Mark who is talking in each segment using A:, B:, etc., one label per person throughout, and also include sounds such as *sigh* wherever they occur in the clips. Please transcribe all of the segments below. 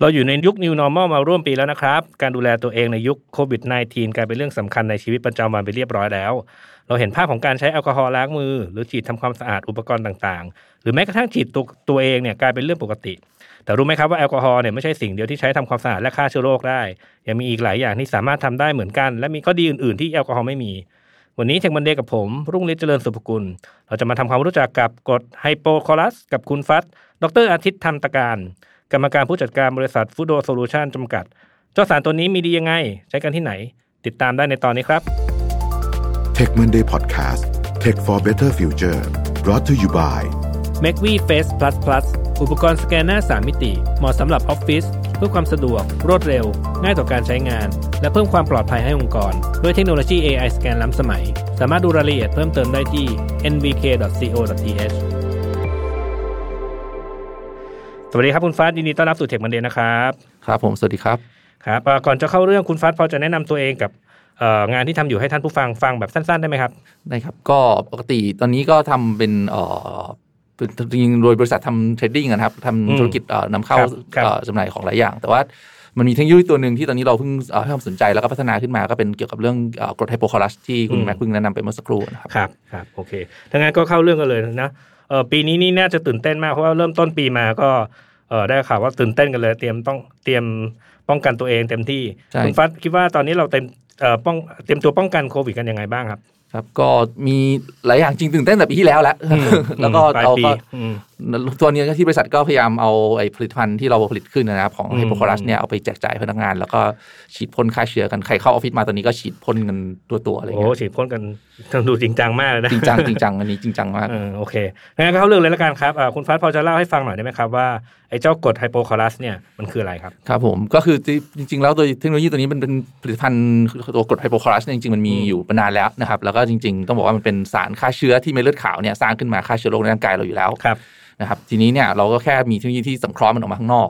A: เราอยู่ในยุค New Normal มาร่วมปีแล้วนะครับ การดูแลตัวเองในยุคโควิด -19 กลายเป็นเรื่องสำคัญในชีวิตประจำวันไปเรียบร้อยแล้ว เราเห็นภาพของการใช้แอลกอฮอล์ล้างมือ หรือฉีดทำความสะอาดอุปกรณ์ต่างๆ หรือแม้กระทั่งฉีดตัวตัวเองเนี่ยกลายเป็นเรื่องปกติ แต่รู้ไหมครับว่าแอลกอฮอล์เนี่ยไม่ใช่สิ่งเดียวที่ใช้ทำความสะอาดและฆ่าเชื้อโรคได้ ยังมีอีกหลายอย่างที่สามารถทำได้เหมือนกัน และมีข้อดีอื่นๆที่แอลกอฮอล์ไม่มี วันนี้เทคมันเดย์กับผม รุ่งฤทธิ์เจริญสุภกุล เราจะมาทำความรู้จักกับกรดไฮโปคอลัส กับคุณฟัตดรอาทิตย์ธรรมตะการ กรรมการผู้จัดการบริษัทฟูโดโซลูชันจำกัด เจ้าสารตัวนี้มีดียังไง ใช้กันที่ไหน ติดตามได้ในตอนนี้ครับ
B: Tech Monday Podcast Tech for Better Future brought to you by
A: m a c v i Face Plus Plus อุปกรณ์สแกนหน้า 3 มิติ เหมาะสำหรับออฟฟิศเพื่อความสะดวก รวดเร็ว ง่ายต่อการใช้งาน และเพิ่มความปลอดภัยให้องค์กร ด้วยเทคโนโลยี AI สแกนล้ำสมัย สามารถดูรายละเอียดเพิ่มเติมได้ที่ nvk.co.th สวัสดีครับคุณฟ้ายินดีต้อนรับสู่เทคมันเดย์นะครับ
C: ครับผม สวัสดีครับ
A: ครับเอ่อก่อนจะเข้าเรื่องคุณฟ้าพอจะแนะนำตัวเองกับเอ่องานที่ทำอยู่ให้ท่านผู้ฟังฟังแบบสั้นๆได้ไหมครับ
C: ได้ครับ ก็ปกติตอนนี้ก็ทำเป็นเอ่อเป็นจริงๆโดยบริษัททำเทรดดิ้งนะครับทำธุรกิจเอ่อนำเข้า
A: ครับครับ
C: เอ่อจำหน่ายของหลายอย่าง แต่ว่ามันมีเทคโนโลยีตัวหนึ่งที่ตอนนี้เราเพิ่งเอ่อให้ความสนใจแล้วก็พัฒนาขึ้นมาก็เป็นเกี่ยวกับเรื่องกรดไฮโปคอลัสที่คุณ
A: อืม
C: แม็กซ์เพิ่งแนะนำไปเมื่อสักครู่นะครับ
A: ครับครับโอเคถ้างั้นก็เข้าเรื่องกันเลยนะเออปีนี้นี่น่าจะตื่นเต้นมากเพราะว่าเริ่มต้นปีมาก็เออได้ข่าวว่าตื่นเต้นกันเลย เตรียมต้องเตรียมป้องกันตัวเองเต็มที่
C: ใช่
A: คุณฟัดคิดว่าตอนนี้เราเต็มเอ่อป้องเตรียมตัวป้องกันโควิดกันยังไงบ้างครับ
C: ครับก็มีหลายอย่างจริงตื่นเต้นแต่ปีที่แล้วแล้วแล้วก็
A: ปลาย
C: เอา
A: ปี
C: ก็
A: อืม
C: ตัวนี้ที่บริษัทก็พยายามเอาไอ้ผลิตภัณฑ์ที่เราผลิตขึ้นนะครับของ
A: อืม
C: ไฮโปคอรัสเนี่ยเอาไปแจกจ่ายพนักงาน แล้วก็ฉีดพ่นฆ่าเชื้อกันใครเข้าออฟฟิศมาตอนนี้ก็ฉีดพ่นกันตัวตัวๆอะไร
A: โอ้
C: เงี้ย
A: ฉีดพ่นกัน *laughs* ดูจริงจังมากเลยนะ
C: จริงจังจริงจังอันนี้จริงจังมาก
A: เออโอเคงั้นก็เข้าเรื่องเลยละกันครับอ่าคุณฟัดพอจะเล่าให้ฟังหน่อยได้ไหมครับว่าไอ้เจ้ากรดไฮโปคอรัสเนี่ยมันคืออะไรครับ
C: ครับผมก็คือที่จริง ๆ แล้วตัวเทคโนโลยีตัวนี้มันเป็นผลิตภัณฑ์ตัวกรดไฮโปคลอรัสเนี่ยจริงๆ มันมี
A: อืม
C: อยู่มานานแล้วนะครับ แล้วก็จริง ๆ ต้องบอกว่ามันเป็นสารฆ่าเชื้อที่เม็ดเลือดขาวเนี่ยสร้างขึ้นมาฆ่าเชื้อโรคในร่างกายเราอยู่แล้ว
A: ครับ
C: นะครับทีนี้เนี่ยเราก็แค่มีเทคโนโลยีที่สังเคราะห์มันออกมาข้างนอก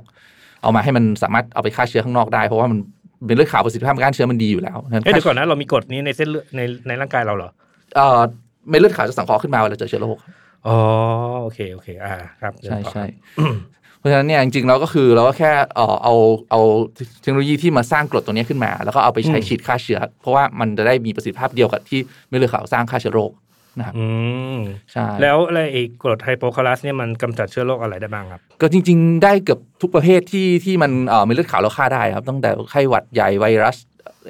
C: เอามาให้มันสามารถเอาไปฆ่าเชื้อข้างนอกได้เพราะว่ามันเม็ดเลือดขาวประสิทธิภาพในการเชื้อมันดีอยู่แล้วงั้น
A: เอ้ยเดี๋ยวก่อนนะเรามีกรดนี้ในเส้นเลือดในในร่างกายเราเหรอ
C: เอ่อเม็ดเลือดขาวจะสังเคราะห์ขึ้นมาเวลาเจอเชื้อโรค
A: อ๋อโอเคโอเคอ่าครับเดี๋ยว
C: ใช่
A: ต่อ
C: ใช่เพราะฉะนั้นเนี่ยจริงๆเราก็คือเราก็แค่เอ่อเอาเอาเทคโนโลยีที่มาสร้างกรดตัวเนี้ยขึ้นมา แล้วก็เอาไปใช้
A: อืม
C: ฉีดฆ่าเชื้อ เพราะว่ามันจะได้มีประสิทธิภาพเดียวกับที่เม็ดเลือดขาวสร้างฆ่าเชื้อโรคนะครับ
A: อืม
C: ใช่
A: แล้วอะไรไอ้กรดไฮโปคลอรัสเนี่ยมันกำจัดเชื้อโรคอะไรได้บ้างครับ
C: ก็จริง ๆ ได้เกือบทุกประเภทที่ที่มันเอ่อเม็ดเลือดขาวเราฆ่าได้ครับตั้งแต่ไข้หวัดใหญ่ไวรัส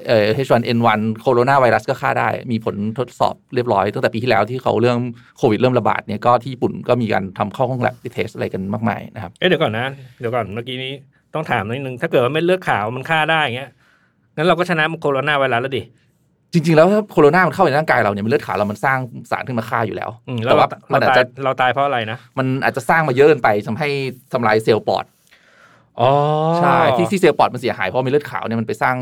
C: เอ่อ H1N1 โคโรนาไวรัสก็ฆ่าได้ มีผลทดสอบเรียบร้อย ตั้งแต่ปีที่แล้วที่เขาเริ่มโควิดเริ่มระบาดเนี่ยก็ที่ญี่ปุ่นก็มีการทำเข้าห้องแลบไปเทสอะไรกันมากมายนะครับ
A: เอ้ยเดี๋ยวก่อนนะ เดี๋ยวก่อนเมื่อกี้นี้ต้องถามนิดนึง ถ้าเกิดว่าเม็ดเลือดขาวมันฆ่าได้อย่างเงี้ยงั้นเราก็ชนะโคโรนาไวรัสแล้วดิ
C: จริงๆ แล้วถ้าโคโรนามันเข้าไปในร่างกายเราเนี่ยมันเลือดขาวเรามันสร้างสารขึ้นมาฆ่าอยู่แล้ว
A: อืมแล้ว
C: แต่
A: เรา
C: ว่ามั
A: เรา
C: นอาจ
A: ตาย
C: จะ
A: เราตายเพราะอะไรนะ
C: มันอาจจะสร้างมาเยอะเกินไปทำให้ทำลายเซลล์ปอด
A: อ๋อ
C: ใช่ที่ที่เซลล์ปอดมันเสียหายเพราะมีเลือดขาวเนี่ยมันไปสร้าง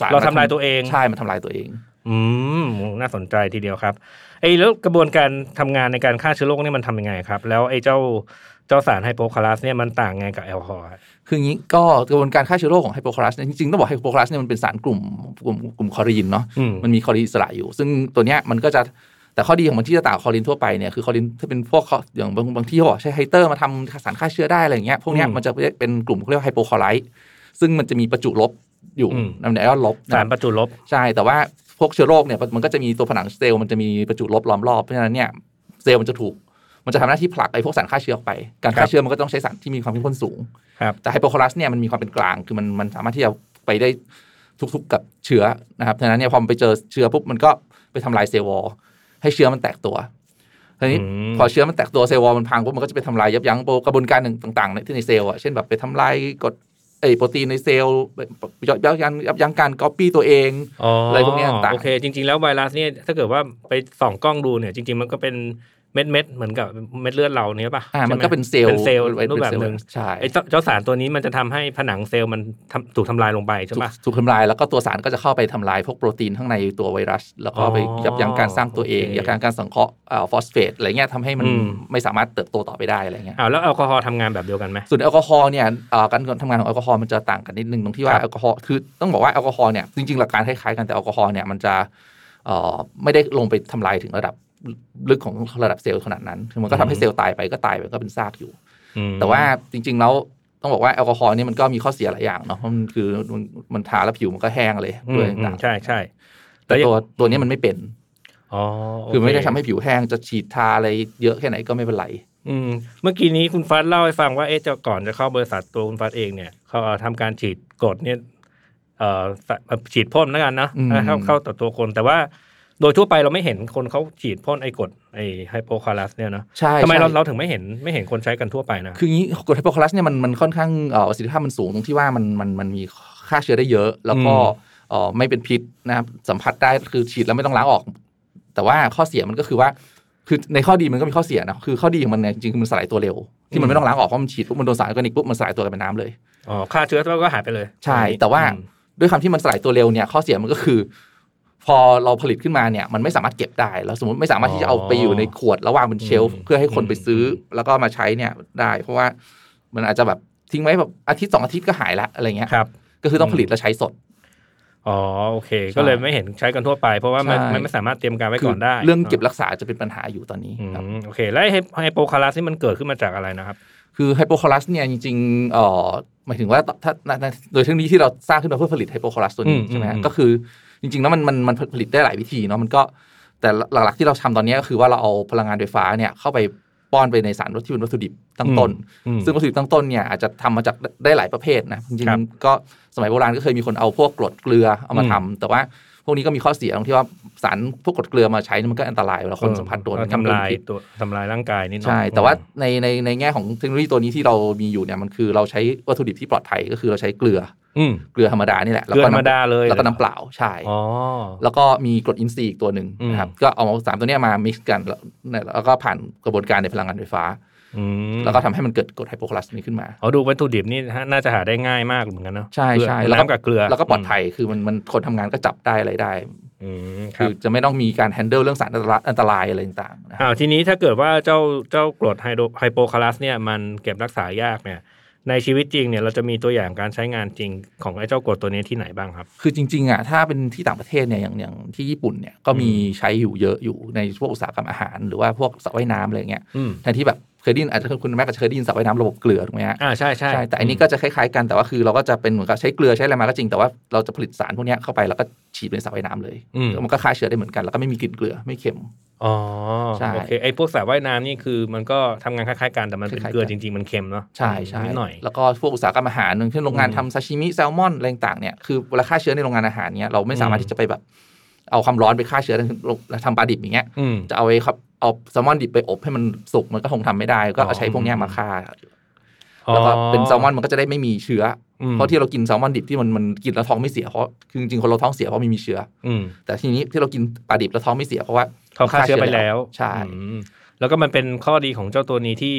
C: สาร
A: เราทำลายตัวเอง
C: ใช่มันทำลายตัวเอง
A: อืมน่าสนใจทีเดียวครับไอ้แล้วกระบวนการทำงานในการฆ่าเชื้อโรคเนี่ยมันทำยังไงครับ แล้วไอ้เจ้าเจ้าสารไฮโปคลอรัสเนี่ยมันต่างไงกับแอลกอฮอล์ครับ
C: คืออย่างนี้ก็กระบวนการฆ่าเชื้อโรคของไฮโปคลอรัสเนี่ยจริงๆ ต้องบอกไฮโปคลอรัสเนี่ยมันเป็นสารกลุ่มกลุ่มกลุ่มคลอรีนเนาะ
A: อืม
C: มันมีคลอรีนอิสระอยู่ ซึ่งตัวเนี้ยมันก็จะแต่ข้อดีของมันที่จะต่างกับคลอรีนทั่วไปเนี่ยคือคลอรีนถ้าเป็นพวกคลออย่างบางบางที่เขาบอกใช้ไฮเตอร์มาทำสารฆ่าเชื้อได้อะไรอย่างเงี้ยพวกเนี้ย
A: อืม
C: มันจะเรียกเป็นกลุ่มเขาเรียกว่าไฮโปคลอไรด์ซึ่งมันจะมีประจุลบอยู่
A: อืม
C: นำไหนก็ลบนะ
A: สารประจุลบ
C: ใช่แต่ว่าพวกเชื้อโรคเนี่ยมันก็จะมีตัวผนังเซลล์มันจะมีประจุลบล้อมรอบเพราะฉะนั้นเนี่ยเซลล์มันจะถูกมันจะทำหน้าที่ผลักไอ้พวกสารฆ่าเชื้อออกไป การ
A: ครั
C: ฆ่า
A: บ
C: เชื้อมันก็ต้องใช้สารที่มีความเข้มข้นสูง
A: ครับ
C: แต่ไฮโปคลอรัสเนี่ยมันมีความเป็นกลาง คือมันมันสามารถที่จะไปได้ทุกๆกับเชื้อนะครับดังนั้นเนี่ยพอมันไปเจอเชื้อปุ๊บมันก็ไปทำลายเซลล์วอลให้เชื้อมันแตกตัวทีนี้
A: อืม
C: พอเชื้อมันแตกตัวเซลล์วอลมันพังปุ๊บมันก็จะไปทำลายยับยั้งโปรกระบวนการต่างๆในที่ในเซลล์อ่ะเช่นแบบไปทำลายกรดเอยโปรตีนในเซลล์ไปยับยั้งยับยั้งการก๊อปปี้ตัวเอง อะไรพวกเนี้ยต่างๆ
A: โอเคจริง ๆ แล้วไวรัสเนี่ยถ้าเกิดว่าไปส่องกล้องดูเนี่ย จริง ๆ มันก็เป็นเม็ดเม็ดๆเหมือนกับเม็ดเลือดเราเนี่ยป่ะ
C: อ่ามัน
A: ใช่ไห
C: ก็เป็นเซลล์
A: เป็นเซลล์
C: ไว้
A: รูปแบบ
C: เป็เซลล์
A: หนึ่ง
C: ใช่
A: ไอ้เจ้าเจ้าสารตัวนี้มันจะทำให้ผนังเซลล์มันทำถูกทำลายลงไปใช่
C: ถูก
A: ป่ะ
C: ถูกทำลายแล้วก็ตัวสารก็จะเข้าไปทำลายพวกโปรตีนข้างในตัวไวรัส แล้วก็ไป
A: อ๋อ
C: ยับยั้งการสร้างตัวเอง
A: โอเค
C: ยับยั้งการสังเคราะห์ฟอสเฟตอะไรเงี้ยทำให้มัน
A: อืม
C: ไม่สามารถเติบโตต่อไปได้อะไรเงี้ย
A: อ้าวแล้วแอลกอฮอล์ทำงานแบบเดียวกันไหม
C: ส่วนแอลกอฮอล์เนี่ยเอ่อการทำงานของแอลกอฮอล์มันจะต่างกันนิดนึงตรงที่
A: ค
C: ว่า
A: รับ
C: แอลกอฮอล์คือต้องบอกว่าแอลกอฮอล์เนี่ยจริงๆหลักการคล้ายๆกันแต่แอลกอฮอล์เนี่ยมันจะเอ่อไม่ได้ลงไปทำลายถึงระดับลึกของระดับเซลล์ขนาดนั้นคือมันก็ทำให้เซลล์ตายไปก็ตายไปก็เป็นซากอยู่
A: อืม
C: แต่ว่าจริง ๆ แล้ว ต้องบอกว่าแอลกอฮอล์นี่มันก็มีข้อเสียหลายอย่างเนาะเพราะมันคือมันมันทาแล้วผิวมันก็แห้งเลย
A: อื
C: ด้ว
A: ม
C: ย
A: อืม
C: ต่างๆ
A: ใช่ใช่
C: แต่ตัวตัวนี้มันไม่เป็น
A: อ๋อโเ
C: คือไม่ได้ทำให้ผิวแห้งจะฉีดทาอะไรเยอะแค่ไหนก็ไม่เป็นไร
A: อืมเมื่อกี้นี้คุณฟัดเล่าให้ฟังว่าเอ๊ะจะก่อนจะเข้าบริษัทตัวคุณฟัดเองเนี่ยเขาเอ่อทำการฉีดกรดเนี่ยเอ่อสะเอ่อฉีดพ่นแล้วกันนะ
C: อืม
A: เข้าเข้าต่อตัวคน แต่ว่าโดยทั่วไปเราไม่เห็นคนเขาฉีดพ่นไอ้กรดไอ้ไฮโปคาลัสเนี่ยเนาะ
C: ใช่
A: ทำไมเรา
C: ใช่
A: เราถึงไม่เห็นไม่เห็นคนใช้กันทั่วไปนะ
C: คืองี้กรดไฮโปคลอรัสเนี่ยมันมันค่อนข้างเอ่อประสิทธิภาพมันสูงตรงที่ว่ามันมันมันมีฆ่าเชื้อได้เยอะ แล้วก็
A: อืม
C: เอ่อไม่เป็นพิษนะครับสัมผัสได้คือฉีดแล้วไม่ต้องล้างออก แต่ว่าข้อเสียมันก็คือว่า คือในข้อดีมันก็มีข้อเสียนะคือข้อดีของมันเนี่ยจริงๆคือมันสลายตัวเร็ว ที่มันไม่ต้องล้างออกเพราะมันฉีดปุ๊บมันโดนสารออร์แกนิกปุ๊บมันสลายตัวกลายเป็นน้ำเลย
A: อ๋อฆ่าเชื้อแล้วก็หายไปเลย
C: ใช่แต่ว่า
A: อืม
C: ด้วยความที่มันสลายตัวเร็วเนี่ยข้อเสียมันก็คือ พอเราผลิตขึ้นมาเนี่ยมันไม่สามารถเก็บได้แล้วสมมติไม่สามารถที่จะเอาไปอยู่ในขวดแล้ววางบนเชลฟ์เพื่อให้คนไปซื้อแล้วก็มาใช้เนี่ยได้ เพราะว่ามันอาจจะแบบทิ้งไว้แบบอาทิตย์สองอาทิตย์ก็หายละอะไรเงี้ย
A: ครับ
C: ก็คือต้องผลิตแล้วใช้สด
A: อ๋อโอเค ก็เลยไม่เห็นใช้กันทั่วไป เพราะว่ามัน
C: ใช่
A: มันไม่สามารถเตรียมการไว้ก่อนได้
C: เรื่องเก็บรักษาจะเป็นปัญหาอยู่ตอนนี้
A: อืม
C: ครับ
A: โอเค แล้วไอ้ไฮโปคาลัสนี่มันเกิดขึ้นมาจากอะไรนะครับ
C: คือไฮโปคลอรัสเนี่ยจริงๆเอ่อหมายถึงว่าถ้าถ้าโดยเทคโนโลยีที่เราสร้างขึ้นมาเพื่อผลิตไฮโปคลอรัสตัวนี้
A: อืม
C: ใช่ไหมฮะ
A: อืม
C: ก็คือจริงๆแล้วมันมันมันผลิตได้หลายวิธีเนาะมันก็แต่หลักๆที่เราทำตอนนี้ก็คือว่าเราเอาพลังงานไฟฟ้าเนี่ยเข้าไปป้อนไปในสารที่เป็นวัตถุดิบตั้งต้น
A: อืม
C: ซึ่งวัตถุดิบตั้งต้นเนี่ยอาจจะทำมาจากได้หลายประเภทนะจริง
A: ครับ
C: ๆก็สมัยโบราณก็เคยมีคนเอาพวกกรดเกลือเอามา
A: อืม
C: ทำแต่ว่าพวกนี้ก็มีข้อเสียตรงที่ว่าสารพวกกรดเกลือมาใช้เนี่ยมันก็อันตรายเวลาคนสัมผัสโดน
A: เออ
C: มันก็
A: ทำ
C: เป็น
A: ลาย
C: พิษ
A: ตัวทำลายร่างกายนี่เนอะ
C: ใช่ แต่ว่าในในในแง่ของเทคโนโลยีตัวนี้ที่เรามีอยู่เนี่ยมันคือเราใช้วัตถุดิบที่ปลอดภัยก็คือเราใช้เกลือ
A: อืม
C: เกลือธรรมดานี่แหละ
A: เกลือธรรมดาเลย
C: แล้วก็น้ำเปล่าใช่
A: อ๋อ
C: แล้วก็มีกรดอินทรีย์อีกตัวหนึ่ง
A: อืม
C: นะครับก็เอาสามตัวเนี้ยมามิกซ์กันแล้วแล้วก็ผ่านกระบวนการในพลังงานไฟฟ้า
A: อืม
C: แล้วก็ทำให้มันเกิดกรดไฮโปคลอรัสนี้ขึ้นมา
A: เอาดูวัตถุดิบนี่ฮะน่าจะหาได้ง่ายมากเหมือนกันเนาะ
C: ใช่ใช่
A: เกลือ
C: แล้วก็
A: น้ำกับเกลือ
C: แล้วก็ปลอดภัยคือมันมันคนทำงานก็จับได้อะไรได้
A: อืมค
C: คื
A: รั
C: อบ จะไม่ต้องมีการแฮนเดิลเรื่องสารอันตรายอันตรายอะไรต่างๆนะครับ
A: อ้าวทีนี้ถ้าเกิดว่าเจ้าเจ้ากรดไฮโดไฮโปคาลัสเนี่ยมันเก็บรักษายากเนี่ย ในชีวิตจริงเนี่ยเราจะมีตัวอย่างการใช้งานจริงของไอ้เจ้ากรดตัวนี้ที่ไหนบ้างครับ
C: คือจริงๆอ่ะถ้าเป็นที่ต่างประเทศเนี่ยอย่างอย่างที่ญี่ปุ่นเนี่ยก็มีใช้อยู่เยอะอยู่ในพวกอุตสาหกรรมอาหาร หรือว่าพวกสระว่ายน้ำอะไรเงี้ย
A: อืม
C: แทนที่แบบเคยได้ยินอาจจะคุณแม่ก็เคยได้ยินสระว่ายน้ำระบบเกลือถูกไหมฮะ
A: อ่าใช่ใช่
C: แต่อันนี้ก็จะคล้ายๆกันแต่ว่าคือเราก็จะเป็นเหมือนกับใช้เกลือใช้อะไรมาก็จริงแต่ว่าเราจะผลิตสารพวกเนี้ยเข้าไปแล้วก็ฉีดไปในสระว่ายน้ำเลย
A: อืม
C: แล้วมันก็ฆ่าเชื้อได้เหมือนกันแล้วก็ไม่มีกลิ่นเกลือไม่เค็ม
A: อ๋อ
C: ใช่
A: โอเคไอ้พวกสระว่ายน้ำนี่คือมันก็ทำงานคล้ายๆกันแต่มันเป็น
C: คล้ายๆ
A: เกลือ
C: กัน
A: จริงๆมันเค็มเนาะ
C: ใช่ใช่
A: นิดหน่อย
C: แล้วก็พวกอุตสาหกรรมอาหารเช่นโรงงาน
A: อืม
C: ทำซาชิมิแซลมอนอะไรต่างๆเนี่ยคือเวลาฆ่าเชื้อในโรงงานอาหารเนี่ยเราไม่สามาร
A: อื
C: ถ
A: ม
C: ที่จะไปแบบเอาความร้อนไปฆ่าเชื้อในโรงทำปลาดิบอย่างเงี้ย
A: อืม
C: จะเอาไอ้ครับเอาแซลมอนดิบไปอบให้มันสุกมันก็คงทำไม่ได้ ก็
A: อ๋
C: เอา
A: อ
C: ใช้พวกเนี้ยมาฆ่าแล้วก็เป็นแซลมอนมันก็จะได้ไม่มีเชื้ออ
A: อืม
C: เพราะที่เรากินแซลมอนดิบที่มันมันกินแล้วท้องไม่เสียเพราะคือจริงๆคนเราท้องเสียเพราะมีมีเชื้อ
A: อืม
C: แต่ทีนี้ที่เรากินปลาดิบแล้วท้องไม่เสียเพราะว่า
A: เขาฆ่าเชื้อไปแล้ว
C: ใช่
A: อืมแล้วก็มันเป็นข้อดีของเจ้าตัวนี้ที่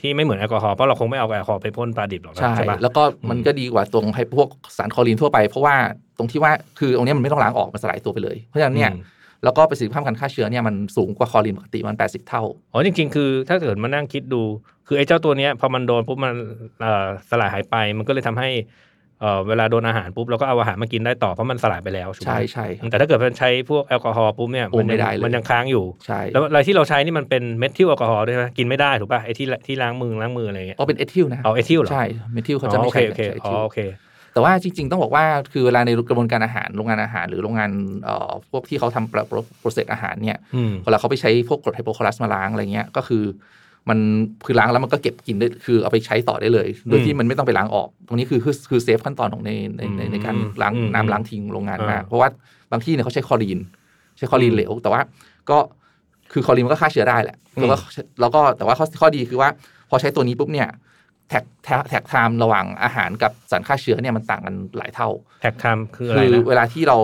A: ที่ไม่เหมือนแอลกอฮอล์เพราะเราคงไม่เอาแอลกอฮอล์ไปพ่นปลาดิบหรอกนะ
C: ใช่
A: ปะ
C: แล้วก็มันก็ดีกว่าตรงให้พวกสารคลอรีนทั่วไปเพราะว่าตรงที่ว่าคือตรงเนี้ยมันไม่ต้องล้างออกมันสลายตัวไปเลยเพราะฉะนั้นเนี่ย
A: อืม
C: แล้วก็ประสิทธิภาพการฆ่าเชื้อเนี่ยมันสูงกว่าคลอรีนปกติมัน 80 เท่า
A: อ๋อจริงๆ คือถ้าเกิดมานั่งคิดดู คือไอ้เจ้าตัวเนี้ยพอมันโดนปุ๊บมันเอ่อสลายหายไป มันก็เลยทำให้เอ่อเวลาโดนอาหารปุ๊บเราก็เอาอาหารมากินได้ต่อเพราะมันสลายไปแล้วถูกไหม
C: ใช่ใช่ครับ
A: แต่ถ้าเกิดมันใช้พวกแอลกอฮอล์ปุ๊บเนี่ย
C: โอ้ไม่
A: ยั
C: ได้เลย
A: มันยังค้างอยู่
C: ใช่
A: แล้วอะไรที่เราใช้นี่มันเป็นเมทิลแอลกอฮอล์ด้วยไหมกินไม่ได้ถูกป่ะไอ้ที่ที่ล้างมือล้างมืออะไรอย่างเงี้ย
C: ก็เป็นเอทิลนะ
A: เอาเอทิลเหรอ
C: ใช่เมทิลเขาจะ
A: อ๋อ
C: ไม่
A: โอเค
C: ใช้
A: โอเค
C: ใช้
A: อ๋อ
C: ethyl
A: โอเค
C: แต่ว่าจริง ๆ ต้องบอกว่าคือเวลาในกระบวนการอาหารโรงงานอาหารหรือโรงงานเอ่อพวกที่เขาทำโปรเซสอาหารเนี่ย
A: อืม
C: เวลาเขาไปใช้พวกกรดไฮโปคลอรัสมาล้างอะไรเงี้ยก็คือ มันคือล้างแล้วมันก็เก็บกินได้คือเอาไปใช้ต่อได้เลย โดย
A: อืม
C: ที่มันไม่ต้องไปล้างออกตรงนี้คือคือคือเซฟขั้นตอนของในในในในการ
A: อืม
C: ล้าง
A: อืม
C: น้ำล้างทิ้งโรงงานมาก
A: อ่า
C: เพราะว่าบางที่เนี่ยเขาใช้คลอรีน ใช้คลอรีน
A: อืม
C: เหลวแต่ว่าก็คือคลอรีนมันก็ฆ่าเชื้อได้แหละแล้วก็แล้วก็แต่ว่าข้อข้อดีคือว่าพอใช้ตัวนี้ปุ๊บเนี่ยแท็กแท็กแท็กไทม์ระหว่างอาหารกับสารฆ่าเชื้อเนี่ยมันต่างกันหลายเท่า
A: แท็กไทม์คืออะไร
C: คือ
A: นะ
C: เวลาที่เรา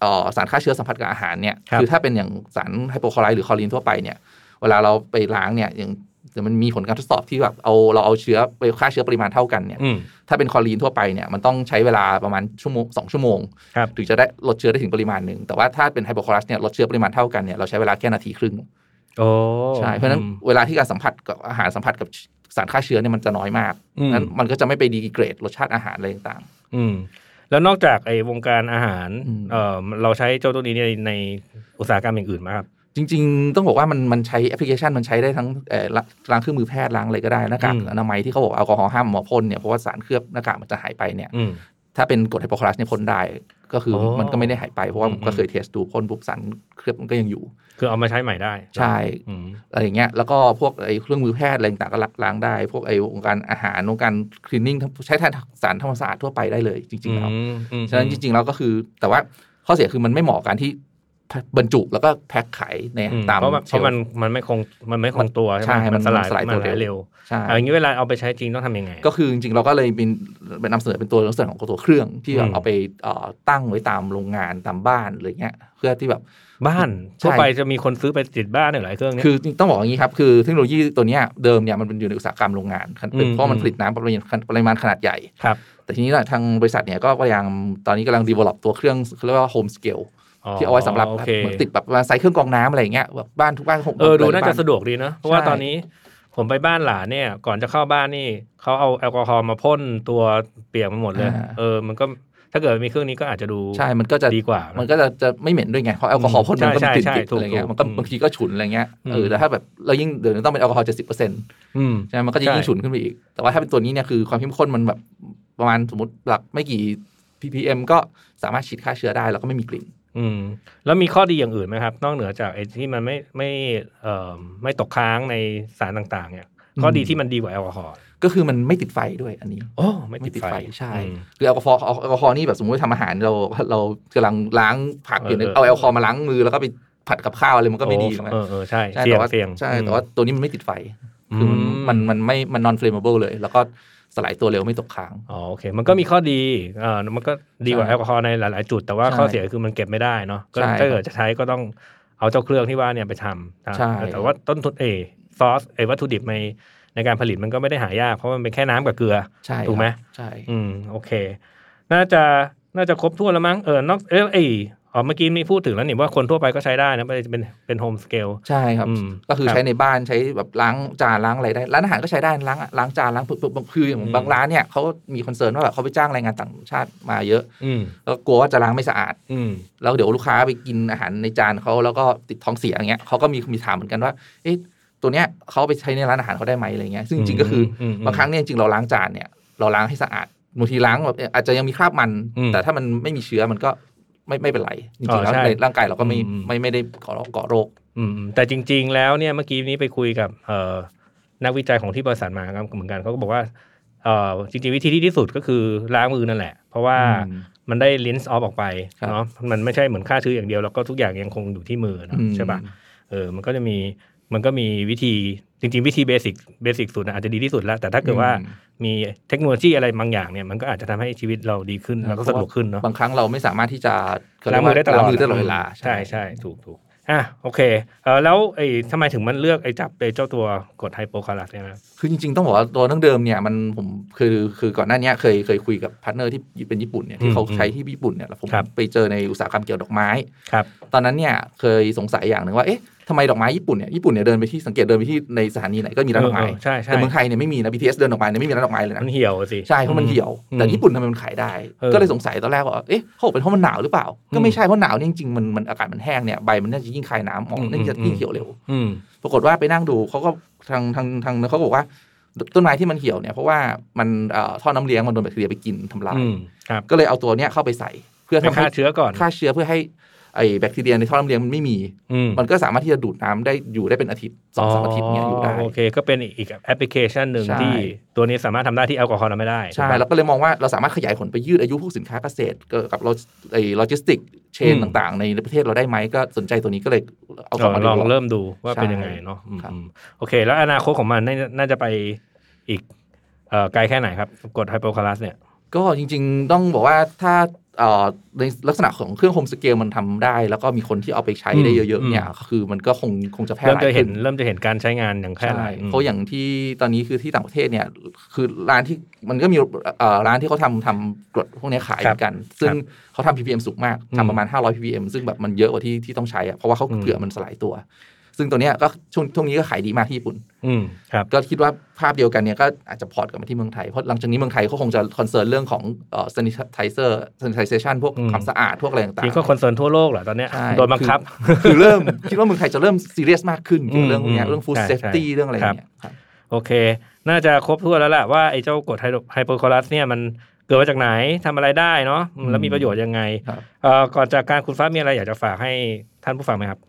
C: เอ่อสารฆ่าเชื้อสัมผัสกับอาหารเนี่ย
A: ครับ
C: อถ้าเป็นอย่างสารไฮโปคลอไรด์หรือคลอรีนทั่วไปเนี่ยเวลาเราไปล้างเนี่ยอย่างแต่มันมีผลการทดสอบที่แบบเอาเราเอาเชื้อไปฆ่าเชื้อปริมาณเท่ากันเนี่ย
A: อืม
C: ถ้าเป็นคลอรีนทั่วไปเนี่ยมันต้องใช้เวลาประมาณชั่วโมงสองชั่วโมง
A: ครับ
C: ถึงจะได้ลดเชื้อได้ถึงปริมาณหนึ่งแต่ว่าถ้าเป็นไฮโปคลอรัสเนี่ยลดเชื้อปริมาณเท่ากันเนี่ยเราใช้เวลาแค่นาทีครึ่ง
A: โอ้
C: ใช่เพราะฉะนั้น
A: อืม
C: เวลาที่การสัมผัสกับอาหารสัมผัสกับสารฆ่าเชื้อเนี่ยมันจะน้อยมาก
A: อืม
C: นั้นมันก็จะไม่ไปดีเกรดรสชาติอาหารอะไรต่าง
A: อืมแล้วนอกจากไอ้วงการอาหาร
C: อืม
A: เออเราใช้เจ้าตัวนี้ในในอุตสาหกรรมอย่างอื่นไหมครับ
C: ๆ จริง ๆ ต้องบอกว่ามันมันใช้แอปพลิเคชันมันใช้ได้ทั้งเอ่อล้าล้างเครื่องมือแพทย์ล้างอะไรก็ได้หน้ากาก
A: อืม
C: อนามัยที่เขาบอกแอลกอฮอล์ห้ามหมอพ่นเนี่ยเพราะว่าสารเคลือบหน้ากากมันจะหายไปเนี่ย
A: อืม
C: ถ้าเป็นกรดไฮโปคลอรัสเนี่ยพ่นได้ ก็คืออ
A: อ
C: มันก็ไม่ได้หายไปเพราะว่า
A: อื
C: ผม มก็
A: อืม
C: เคยเทสดูพ่นปุ๊บสารเคลือบมันก็ยังอยู่
A: คือเอามาใช้ใหม่ได้
C: ใช่
A: อืม
C: อะไรอย่างเงี้ยแล้วก็พวกไอ้เครื่องมือแพทย์อะไรต่างๆก็ล้างได้ พวกไอ้วงการอาหารวงการคลีนนิ่งใช้แทนสารทำความสะอาดทั่วไปได้เลยจริงๆแล้ว ฉะนั้นจริงๆแล้วก็คือแต่ว่าข้อเสียคือมันไม่เหมาะกับการที่บรรจุแล้วก็แพ็คขายใน
A: อืม
C: ตาม
A: เพราะมัน
C: ช
A: เพราะ
C: ลฟ์
A: มันมันไม่คงมันไม่คงตัวใช่ไห
C: ใช่
A: ม
C: มั
A: มัน
C: น
A: สลาย
C: มันสลาย
A: มัน
C: ตัว
A: หาย
C: เร็
A: เร็ว
C: ว ใช่
A: เอาอย่างนี้เวลาเอาไปใช้จริงต้องทำยังไง
C: ก็คือจริงๆเราก็เลยเป็นนำเสนอเป็นตัวลักษณะของตัวเครื่องที่
A: อืม
C: เอาไปเอ่อตั้งไว้ตามโรงงานตามบ้านอะไรเงี้ยเพื่อที่แบบ
A: บ้าน
C: ใช่
A: ทั่วไปจะมีคนซื้อไปติดบ้านเนี่ยหลายเครื่องเนี่ย
C: คือต้องบอกอย่างนี้ครับคือเทคโนโลยีตัวเนี้ยเดิมเนี่ยมันเป็นอยู่ในอุตสาหกรรมโรงงาน
A: อืม
C: เพราะมัน
A: อืม
C: ผลิตน้ำปริมาณปริมาณขนาดใหญ่
A: ครับ
C: แต่ทีนี้น่ะทางบริษัทเนี่ยก็พยายามตอนนี้กำลังดีเวล็อปตัวเครื่องเขาเรียกว่าโฮมสเกลที่เอาไว้สำหรับ
A: โอ
C: แบบ
A: เค
C: เหมือนติดแบบว่าใส่เครื่องกรองน้ำอะไรอย่างเงี้ยแบบบ้านทุกบ้านคง
A: เออดูน่า
C: บ้
A: จะสะดวกดีเนอะเพราะว่า
C: ใช่
A: ตอนนี้ผมไปบ้านหลานเนี่ย ก่อนจะเข้าบ้านนี่เขาเอาแอลกอฮอล์มาพ่นตัวเปียกมันหมดเลย เออมันก็ถ้าเกิดมีเครื่องนี้ก็อาจจะดู
C: ใช่ มันก็จะ
A: ดีกว่า
C: มันก็จะจะไม่เหม็นด้วยไง เพราะแอลกอฮอล์พ่นมันก็
A: ใช่
C: ติด
A: ใช่
C: ติด
A: ถูก
C: อะไรเงี้ย
A: ถูก
C: มันก็
A: อืม
C: บางทีก็ฉุนอะไรเงี้ย
A: อืม
C: เออ แต่ถ้าแบบเรายิ่งเดี๋ยวนี้ต้องเป็นแอลกอฮอล์เจ็ดสิบเปอร์เซ็นต์
A: อืม
C: ใช่ไหมมันก็จะยิ่ง
A: ใช่
C: ฉุนขึ้นไปอีก แต่ว่าถ้าเป็นตัวนี้เนี่ยคือความเข้มข้นมันแบบประมาณสมมติหลักไม่กี่ ppm ก็สามารถฉีดฆ่าเชื้อได้แล้วก็ไม่มีกลิ่น
A: อืมแล้วมีข้อดีอย่างอื่นไหมครับ นอกเหนือจากไอ้ที่มันไม่ไม่เอ่อไม่ตกค้างในสารต่างๆ เนี่ย ข้อดีที่มันดีกว่าแอลกอฮอล์
C: ก็คือมันไม่ติดไฟด้วยอันนี้
A: โอ้ไม่ติ
C: ไม่
A: ด
C: ติด
A: ไฟ
C: ไฟใช่
A: อืม
C: คือแอลกอฮอล์แอลกอฮอล์นี่แบบสมมติว่าทำอาหารเราเรากำลังล้างผักอยู่เนี่ย
A: เออ
C: เอาแอลกอฮอล์มาล้างมือแล้วก็ไปผัดกับข้าวอะไรมันก็ไม่ดี
A: โอ้
C: ใช่ไหม
A: เออเออใช่
C: ใช่
A: เสี่ยง
C: แต่ว่า
A: เสี่ยง
C: ใช่
A: อืม
C: แต่ว่าตัวนี้มันไม่ติดไฟ คือมัน
A: ม
C: มันมันไม่มัน non flammable เลย แล้วก็สลายตัวเร็วไม่ตกค้าง
A: อ๋อโอเค มันก็มีข้อดีเอ่อมันก็ดีกว่า
C: ใช่
A: แอลกอฮอล์ในหลาย ๆ จุด แต่ว่า
C: ใช่
A: ข้อเสียคือมันเก็บไม่ได้เนาะก็
C: ใช่
A: ถ้าเกิดจะใช้ก็ต้องเอาเจ้าเครื่องที่ว่าเนี่ยไปทำนะ
C: ใช่
A: แต่ว่าต้นทุนเอซอสเอวัตถุดิบในในการผลิตมันก็ไม่ได้หายาก เพราะมันเป็นแค่น้ำกับเกลือ
C: ใช่
A: ถูกไหม
C: ใช่
A: อืมโอเค น่าจะน่าจะครบถ้วนแล้วมั้งเออนอกเออไออ๋อเมื่อกี้มีพูดถึงแล้วนี่ว่าคนทั่วไปก็ใช้ได้นะไม่ได้เป็นเป็นโฮมสเกล
C: ใช่ครับ
A: อืม
C: ก็คือ
A: ครับ
C: ใช้ในบ้านใช้แบบล้างจานล้างอะไรได้ ร้านอาหารก็ใช้ได้ล้างล้างจานล้างปึ๊บคืออย่าง
A: อืม
C: บางร้านเนี่ยเขามีคอนเซิร์นว่าแบบเขาไปจ้างแรงงานต่างชาติมาเยอะ
A: อืม
C: แล้วกลัวว่าจะล้างไม่สะอาด
A: อืม
C: แล้วเดี๋ยวลูกค้าไปกินอาหารในจานเขาแล้วก็ติดท้องเสียอย่างเงี้ยเขาก็มีมีถามเหมือนกันว่าเอ๊ะตัวเนี้ยเขาเอาไปใช้ในร้านอาหารเขาได้ไหมอะไรเงี้ยซึ่งจริงๆก็คืออ
A: ม
C: บางครั้งเนี่ยจริงๆเราล้างจานเนี่ยเราล้างให้สะอาดบางทีล้างแบบเอ่ออาจจะยังมีคราบมัน
A: อืม
C: แต่ถ้ามันไม่มีเชื้อมันก็ไม่ไม่เป็นไร
A: อ๋
C: จริ
A: อง
C: ๆแล้ว
A: ใช่
C: ในร่างกายเราก็ไม่
A: อืม
C: ไม่ไม่ได้ก่อก่อโรค
A: อืมแต่จริง ๆ แล้วเนี่ยเมื่อกี้นี้ไปคุยกับเอ่อนักวิจัยของที่บริษัทมาครับเหมือนกันเขาก็บอกว่าเอ่อจริง ๆ วิธีที่ดีที่สุดก็คือล้างมือนั่นแหละ เพราะว่า
C: อืม
A: มันได้ลิ้นออฟออกไป
C: ครับ
A: เนาะมันไม่ใช่เหมือนฆ่าเชื้ออย่างเดียวแล้วก็ทุกอย่างยังคงอยู่ที่มือเนอะใช่ปะเออมันก็จะมีมันก็มีวิธีจริง ๆ วิธีเบสิกเบสิกสุดน่ะอาจจะดีที่สุดแล้ว แต่ถ้าเกิดว่า
C: อืม
A: มีเทคโนโลยีอะไรบางอย่างเนี่ยมันก็อาจจะทำให้ชีวิตเราดีขึ้นแล้วก็สะดวกขึ้นเนาะ
C: บางครั้งเราไม่สามารถที่จะเขเรี
A: ล้าย ง
C: ก
A: มื
C: ว่
A: อได้ตลอด
C: ล้างมือได้ตลอดเวลา
A: ใช่ใช่ถูกถูกอ่ะโอเคเออแล้วไอ้ทำไมถึงมันเลือกไอ้จับไอ้เจ้าตัวกดไฮโปคาลัสเนี่ยนะ
C: คือจริงๆ ต้องบอกว่าตัวตั้งเดิมเนี่ยมันผมคือคือก่อนหน้าเนี้ยเคยเคยคุยกับพาร์ทเนอร์ที่เป็นญี่ปุ่นเนี่ย
A: อื
C: ที่
A: ม
C: เขาใช้ที่ญี่ปุ่นเนี่ยแล้วผม
A: ครับ
C: ไปเจอในอุตสาหกรรมเกี่ยวกับดอกไม้
A: ครับ
C: ตอนนั้นเนี่ยเคยสงสัยอย่างหนึ่งว่าเอ๊ะทำไมดอกไม้ญี่ปุ่นเนี่ยญี่ปุ่นเนี่ยเดินไปที่สังเกตเดินไปที่ในสถานีไหนก็มีร้านดอกไม้
A: เออเออใช่ใช่
C: แต่เมืองไทยเนี่ยไม่มีนะ BTS เดินออกไปเนี่ยไม่มีร้านดอกไม้เลยนะ
A: มันเหี่ยวสิ
C: ใช่เพราะมันเหี่ยว
A: อืม
C: แต่ญี่ปุ่นทำไมมันขายได้
A: เออ
C: ก็เลยสงสัยตอนแรกว่าเอ๊ะเขาบอกเป็นเพราะมันหนาวหรือเปล่า ก็
A: อื
C: ไม่
A: ม
C: ใช่เพราะหนาวเนี่ยจริงๆมันมันอากาศมันแห้งเนี่ยใบมันน่าจะยิ่งคายน้ำออกน่าจะยิ่งเหี่ยวเร็ว
A: ืม
C: ปรากฏว่าไปนั่งดูเขาก็ทางทางทางเขาก็บอกว่าต้นไม้ที่มันเหี่ยวเนี่ยเพราะว่ามันเอ่อท่อน้ำเลี้ยงมันโดนแบคทีเรียไปกินทำลาย
A: อืมครับ
C: ก็เลยเอาตัวเนี้ยเข้าไปใส่เพื่อ
A: ไป
C: ทำให้
A: ฆ่าเชื้อก่อน
C: ฆ่าเชื้อเพื่อให้ไอ้แบคทีเรียในท่อน้ำเลี้ยงมันไม่มี
A: อืม
C: มันก็สามารถที่จะดูดน้ำได้อยู่ได้เป็นอาทิตย์สองสามอาทิตย์เนี้ยอยู่ได้
A: โอเค ก็เป็นอีกแอปพลิเคชันหนึ่ง
C: ใช่
A: ที่ตัวนี้สามารถทำได้ที่แอลกอฮอล์ทำไม่ได้ถู
C: ใช่
A: กปะ
C: แล้วก็เลยมองว่าเราสามารถขยายผลไปยืดอายุพวกสินค้าเกษตรเกี่ยวกับโลจิไอ้โลจิสติกเชน
A: อืม
C: ต่างๆ ในประเทศเราได้ไหมก็สนใจตัวนี้ก็เลยเอากลับมา
A: ลองเริ่มดูว่า
C: ใช่
A: เป็นยังไงเนาะอืม
C: ครับ
A: อืมโอเค แล้วอนาคตของมันน่าน่าจะไปอีกเอ่อไกลแค่ไหนครับกดไฮโปคาลัสเนี่ย
C: ก็จริงๆ ต้องบอกว่าถ้าเอ่อในลักษณะของเครื่องโฮมสเกลมันทำได้ แล้วก็มีคนที่เอาไปใช้ได้
A: อืม
C: เยอะ
A: อืม
C: ๆเนี่ยคือมันก็คงคงจะแพร่
A: เริ่ม
C: หลา
A: จะ
C: ย
A: เห็
C: ขึ้
A: น
C: น
A: เริ่มจะเห็นการใช้งานอย่างแพร่
C: ใช่
A: หลายอืม
C: เพราะอย่างที่ตอนนี้คือที่ต่างประเทศเนี่ยคือร้านที่มันก็มีเอ่อร้านที่เขาทำทำกรดพวกเนี้ยขาย
A: ค
C: เห
A: รับ
C: มือนกัน ซึ่งเขาทำ ppm สูงมาก
A: อืม
C: ทำประมาณ 500 ppm ซึ่งแบบมันเยอะกว่าที่ที่ต้องใช้อะเพราะว่าเขา
A: อืม
C: เผื่อมันสลายตัว ส ซึ่งตัวเนี้ยก็ช่วงช่วงนี้ก็ขายดีมากที่ญี่ปุ่น
A: อืมครับ
C: ก็คิดว่าภาพเดียวกันเนี่ยก็อาจจะพอร์ตกลับมาที่เมืองไทย เพราะหลังจากนี้เมืองไทยก็คงจะคอนเซิร์นเรื่องของเอ่อ sanitizer sanitization พวก
A: อืม
C: ความสะอาดพวกอะไรต่าง
A: จริงก็
C: ๆ
A: คอนเซิร์นทั่วโลกแหละตอนเนี้ย
C: ใช่
A: โดนบังคับ
C: อคือเริ่ม คิดว่าเมืองไทยจะเริ่มซีเรียสมากขึ้นเกี่ยวกับเรื่องพวกเนี้ย
A: อืม
C: เรื่อง food
A: ใช่
C: safety
A: ใช่
C: เรื่องอะไรอ
A: ครั
C: ย่า
A: บ
C: งเงี้ยครับ
A: โอเค น่าจะครบถ้วนแล้วล่ะว่าไอ้เจ้ากรดไฮโปโคลัสเนี่ยมันเกิดมาจากไหนทำอะไรได้เนาะอืมแล้วมีประโยชน์ยังไง
C: ครับ
A: เอ่อก่อนจากการคุณฟ้ามีอะไรอยากจะฝากให้ท่านผู้ฟังไหมครับ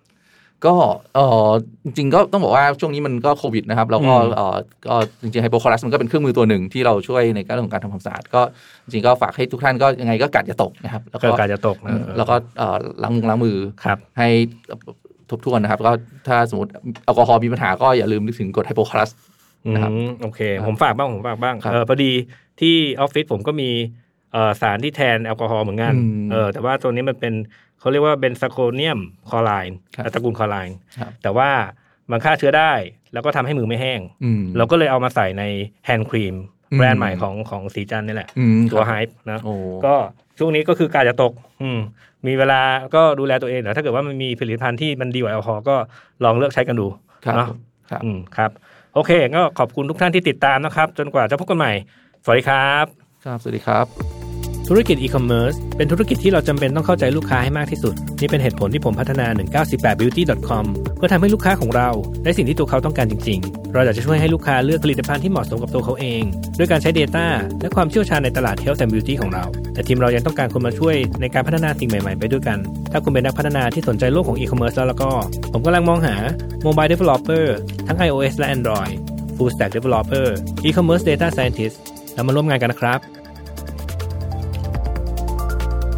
C: ก็เออจริงๆก็ต้องบอกว่าช่วงนี้มันก็โควิดนะครับแล้วก็
A: อืม
C: เออก็จริงๆไฮโปคลอรัสมันก็เป็นเครื่องมือตัวหนึ่งที่เราช่วยในการเรื่องของการทำความสะอาดก็จริงๆก็ฝากให้ทุกท่านก็ยังไงก็กัดอย่าตกนะครับแล้ว
A: เกิ
C: ก็
A: ดการจะตกนะ
C: อืมแล้วก็เอ่อล้างมือล้างมือ
A: ครับ
C: ให้ทบทวนนะครับก็ถ้าสมมติแอลกอฮอล์มีปัญหาก็อย่าลืมนึกถึงกรดไฮโปคลอรัส
A: อื
C: นะครับ
A: มโอเค ผมฝากบ้างผมฝากบ้าง
C: ครับ
A: เออพอดีที่ออฟฟิศผมก็มีเอ่อสารที่แทนแอลกอฮอล์เหมือนกัน
C: อืม
A: เออแต่ว่าตัวนี้มันเป็นเขาเรียกว่าเบนซาโคเนียมคลอไรน์
C: ครับ
A: ตระกูลคลอไรน์
C: ครับ
A: แต่ว่ามันฆ่าเชื้อได้ แล้วก็ทำให้มือไม่แห้ง
C: อืม
A: เราก็เลยเอามาใส่ในแฮนด์ครีม
C: อืม
A: แบรนด์ใหม่ของของสีจันนี่แหละ
C: อืม
A: ตัว
C: ค
A: ไฮ
C: รับ
A: ป์นะ
C: โอ้
A: ก็ช่วงนี้ก็คือการจะตก อืมมีเวลาก็ดูแลตัวเองเดี๋ยวถ้าเกิดว่ามันมีผลิตภัณฑ์ที่มันดีกว่าแอลกอฮอล์ก็ลองเลือกใช้กันดู
C: ครับ
A: เนอะ
C: ครับ
A: อืมครับ โอเค ก็ขอบคุณทุกท่านที่ติดตามนะครับ จนกว่าจะพบกันใหม่ สวัสดีครับ
C: ครับ สวัสดีครับ
A: ธุรกิจอีคอมเมิร์ซเป็นธุรกิจที่เราจำเป็นต้องเข้าใจลูกค้าให้มากที่สุด นี่เป็นเหตุผลที่ผมพัฒนา 198 beauty com เพื่อทำให้ลูกค้าของเรา ได้สิ่งที่ตัวเขาต้องการจริง ๆ เราอยากจะช่วยให้ลูกค้าเลือกผลิตภัณฑ์ที่เหมาะสมกับตัวเขาเอง ด้วยการใช้ Data และความเชี่ยวชาญในตลาด Health and Beauty ของเรา แต่ทีมเรายังต้องการคนมาช่วยในการพัฒนาสิ่งใหม่ๆ ไปด้วยกัน ถ้าคุณเป็นนักพัฒนาที่สนใจโลกของอีคอมเมิร์ซแล้วแล้วก็ ผมกำลังมองหา Mobile Developer ทั้ง iOS และ Android Full Stack Developer E-commerce Data Scientist แล้วมาร่วมงานกันนะครับ